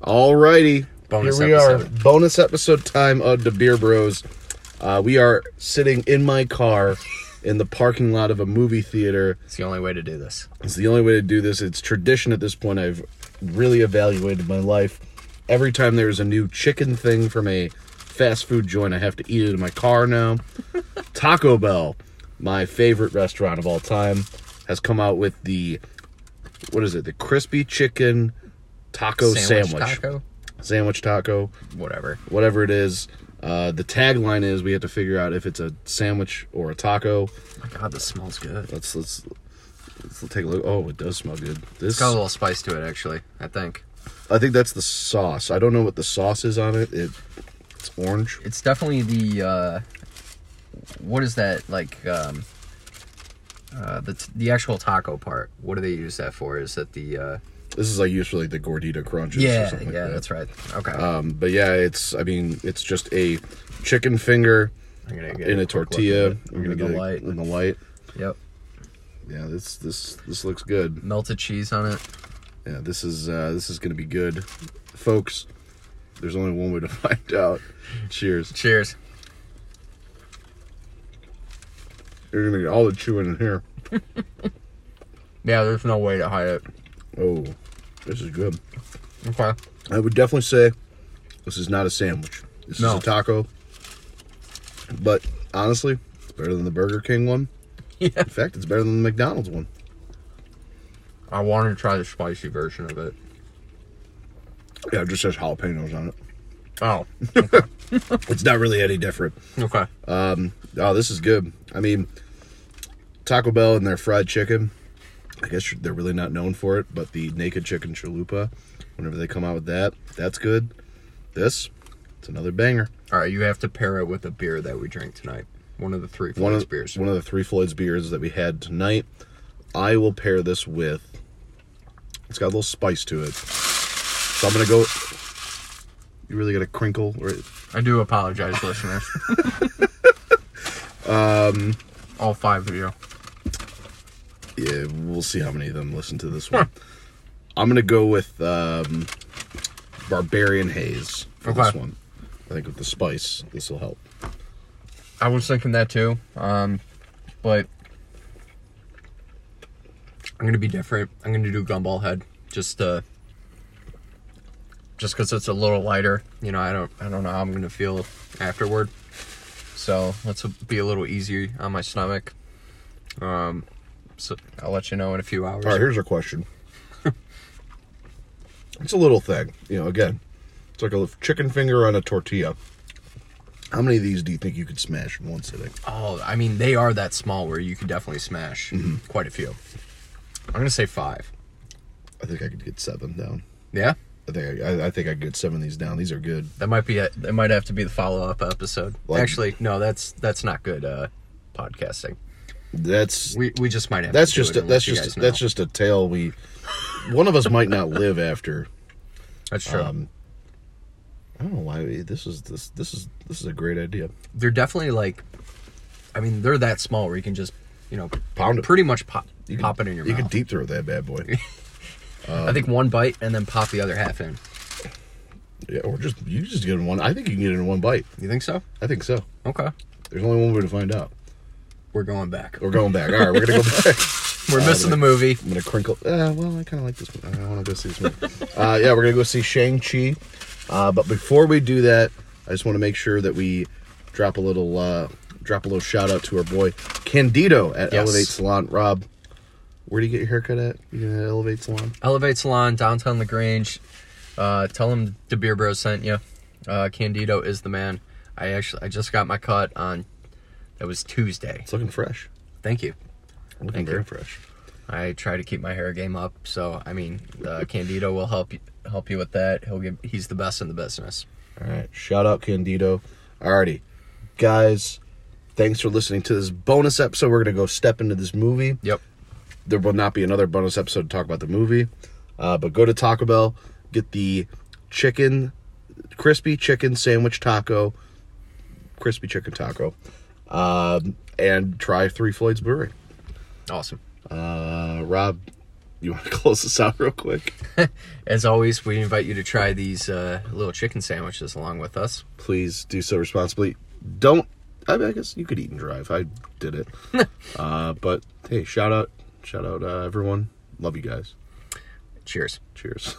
Alrighty. Bonus Here we episode. are. Bonus episode time of the Beer Bros. Uh, we are sitting in my car in the parking lot of a movie theater. It's the only way to do this. It's the only way to do this. It's tradition at this point. I've really evaluated my life. Every time there's a new chicken thing from a fast food joint, I have to eat it in my car now. Taco Bell, my favorite restaurant of all time, has come out with the what is it? The crispy chicken taco sandwich, taco, sandwich taco, whatever. whatever it is. Uh, the tagline is we have to figure out if it's a sandwich or a taco. Oh my God, this smells good. Let's let's let's take a look. Oh, it does smell good. This It's got a little spice to it, actually. I think I think that's the sauce. I don't know what the sauce is on it. It it's orange. it's definitely the. uh What is that like? um uh, the, t- the actual taco part. What do they use that for? Is that the uh, This is like usually like the gordita crunches or yeah something yeah like that. that's right. Okay, Um but yeah, it's I mean, it's just a chicken finger I'm gonna get in a quick look at tortilla. it. I'm gonna get get it light. in the light. Yep, Yeah, this this this looks good. melted cheese on it. Yeah, this is uh this is going to be good. Folks, there's only one way to find out. Cheers. Cheers. You're going to get all the chewing in here. Yeah, there's no way to hide it. Oh. This is good. Okay. I would definitely say this is not a sandwich. This No. is a taco. But honestly, it's better than the Burger King one. Yeah. In fact, it's better than the McDonald's one. I wanted to try the spicy version of it. Yeah, it just says jalapenos on it. Oh, It's not really any different. okay. Oh, this is good. I mean, Taco Bell and their fried chicken. I guess they're really not known for it, but the naked chicken chalupa, whenever they come out with that, that's good. This, it's another banger. All right, you have to pair it with a beer that we drink tonight. One of the three one Flint's of beers. one of the three Floyd's beers that we had tonight. I will pair this with. It's got a little spice to it, so I'm gonna go. You really got a crinkle, or I do apologize, listeners. um, Um, all five of you. yeah, we'll see how many of them listen to this one. I'm gonna go with um, Barbarian Haze for this Okay. one. I think with the spice, this will help. I was thinking that too. Um, but I'm gonna be different. I'm gonna do Gumball Head just uh, just because it's a little lighter. You know, I don't I don't know how I'm gonna feel afterward. So let's be a little easier on my stomach. Um, so I'll let you know in a few hours. All right, here's our question. it's a little thing, you know. Again, it's like a little chicken finger on a tortilla. How many of these do you think you could smash in one sitting? Oh, I mean, they are that small where you could definitely smash Mm-hmm. quite a few. I'm gonna say five. I think I could get seven down. Yeah, I think I, I, I think I could get seven of these down. These are good. that might be it. That might have to be the follow up episode. Like- Actually, no, that's that's not good uh, podcasting. That's We we just might have. that's to do just it a, and that's let you guys just know. that's just a tale we. One of us might not live after. that's true. Um, I don't know why we- this is this this is this is a great idea. they're definitely like, I mean, they're that small where you can just you know Pound it. pretty much pop You could- pop it in your You mouth. could deep throat that bad boy. I think one bite and then pop the other half in. yeah, or just you just get in one. I think you can get it in one bite. You think so? I think so. Okay, There's only one way to find out. we're going back. We're going back. All right, we're gonna go back. We're missing the movie. I'm gonna crinkle. Uh, well, I kind of like this one. I want to go see this movie. Uh, yeah, we're gonna go see Shang Chi. Uh, but before we do that, I just want to make sure that we drop a little uh, drop a little shout out to our boy Candido at Yes. Elevate Salon. Rob, where do you get your haircut at? You gonna Elevate Salon? Elevate Salon, downtown Lagrange. Uh, tell them the Beer Bro sent you. Uh, Candido is the man. I actually I just got my cut on. That was Tuesday. It's looking fresh. Thank you. Looking Thank very you. fresh. I try to keep my hair game up, so I mean, uh, Candido will help you help you with that. He'll give. He's the best in the business. All right. Shout out Candido. Alrighty. Guys, thanks for listening to this bonus episode. We're going to go step into this movie. Yep. There will not be another bonus episode to talk about the movie. Uh, but go to Taco Bell, get the chicken, crispy chicken sandwich taco, crispy chicken taco, um, and try Three Floyd's Brewery. Awesome. Uh, Rob, You want to close this out real quick? As always, we invite you to try these uh, little chicken sandwiches along with us. Please do so responsibly. Don't. I, mean, I guess you could eat and drive. I did it. uh, but hey, shout out, shout out uh, everyone. Love you guys. Cheers. Cheers.